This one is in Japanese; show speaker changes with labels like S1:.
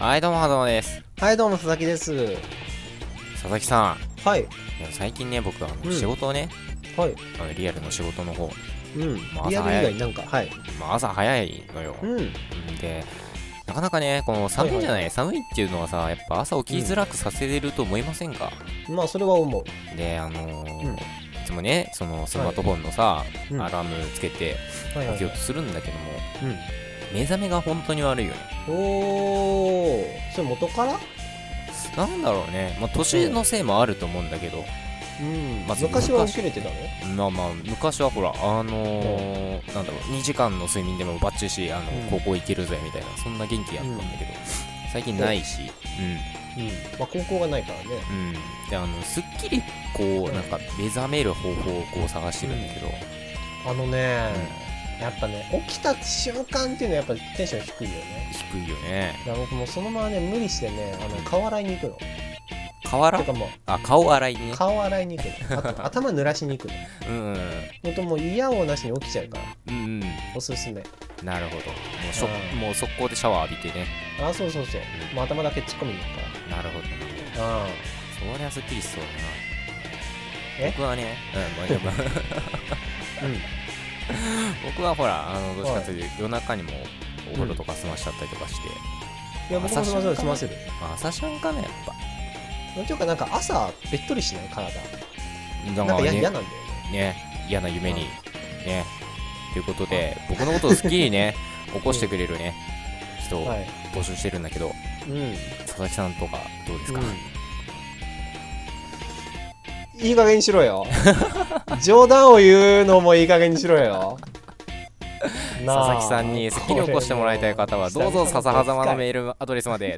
S1: はいどうもはどうもです
S2: はい、どうも、佐々木です。
S1: 佐々木さ
S2: はい。
S1: んいや最近ね僕あの、
S2: うん
S1: 仕事をね
S2: はい。
S1: あのリアルの仕事の方、
S2: うん
S1: ま。あ
S2: リ
S1: 早
S2: アル以外
S1: い
S2: になんか、はい。
S1: まあ、朝早いのよ、
S2: うん。
S1: でなかなかねこの寒いじゃない、
S2: は
S1: 寒いっていうのはさやっぱ朝起きづらくさせれると思いませんか、
S2: まあ、それは思う。
S1: であのー
S2: うん
S1: いつもねそのスマートフォンのさ、
S2: うん
S1: アラームつけて
S2: はい
S1: 起きようとするんだけども、目覚めが本当に悪いよね
S2: うん。おー。それ元から
S1: なんだろうね、まあ、年のせいもあると思うんだけど、
S2: うん
S1: まず
S2: 昔は起きれてたの
S1: まあまあ昔はほらあのーなんだろう2時間の睡眠でもバッチリしあの、
S2: うん
S1: 高校行けるぜみたいなそんな元気やったんだけど、最近ないし
S2: うん。まあ、高校がないからね。
S1: うんうんであのすっきりこ
S2: う
S1: うんなんか目覚める方法をこう探してるんだけど、
S2: あのね、やっぱね、起きた瞬間っていうのはやっぱテンション低いよね。
S1: 低いよね
S2: だから僕もそのままね、無理してね、あの、顔洗いに行くの。
S1: 顔洗
S2: て
S1: い
S2: かもう、
S1: あ顔洗いにね
S2: 顔洗いに行く の。あと、頭濡らしに行くの。
S1: うんうん
S2: ほんともう嫌をなしに起きちゃうから、
S1: うん
S2: おすす
S1: う
S2: め。
S1: んなるほどもうしょ
S2: うん
S1: もう速攻でシャワー浴びてね
S2: あ、そうそうそう。もう頭だけ突っ込みに行くか
S1: なるほどな
S2: ら。うん。
S1: そりゃすっきりしそうだな
S2: え
S1: 僕はね、うんまあ、
S2: うん。
S1: 僕はほらあのどっちかというと夜中にもお風呂とか済ましちゃったりとかして、
S2: いや、僕も済ませる、済ませる。
S1: まあ、朝シャンかなやっぱ
S2: なんていうか、なんか朝、べっとりしない体。
S1: だ
S2: なん
S1: か
S2: からや嫌
S1: ね
S2: なんだよね。
S1: ね嫌な夢にねということで僕のことをスッキリ ね起こしてくれるね人を
S2: はい。
S1: 募集してるんだけど、
S2: うん。
S1: 佐々木さんとかどうですか、
S2: うんいい加減にしろよ。 冗談を言うのもいい加減にし ろよ。
S1: 佐々木さんにスッキリ起こしてもらいたい方はどうぞ笹狭間のメ
S2: ー
S1: ールアドレスまで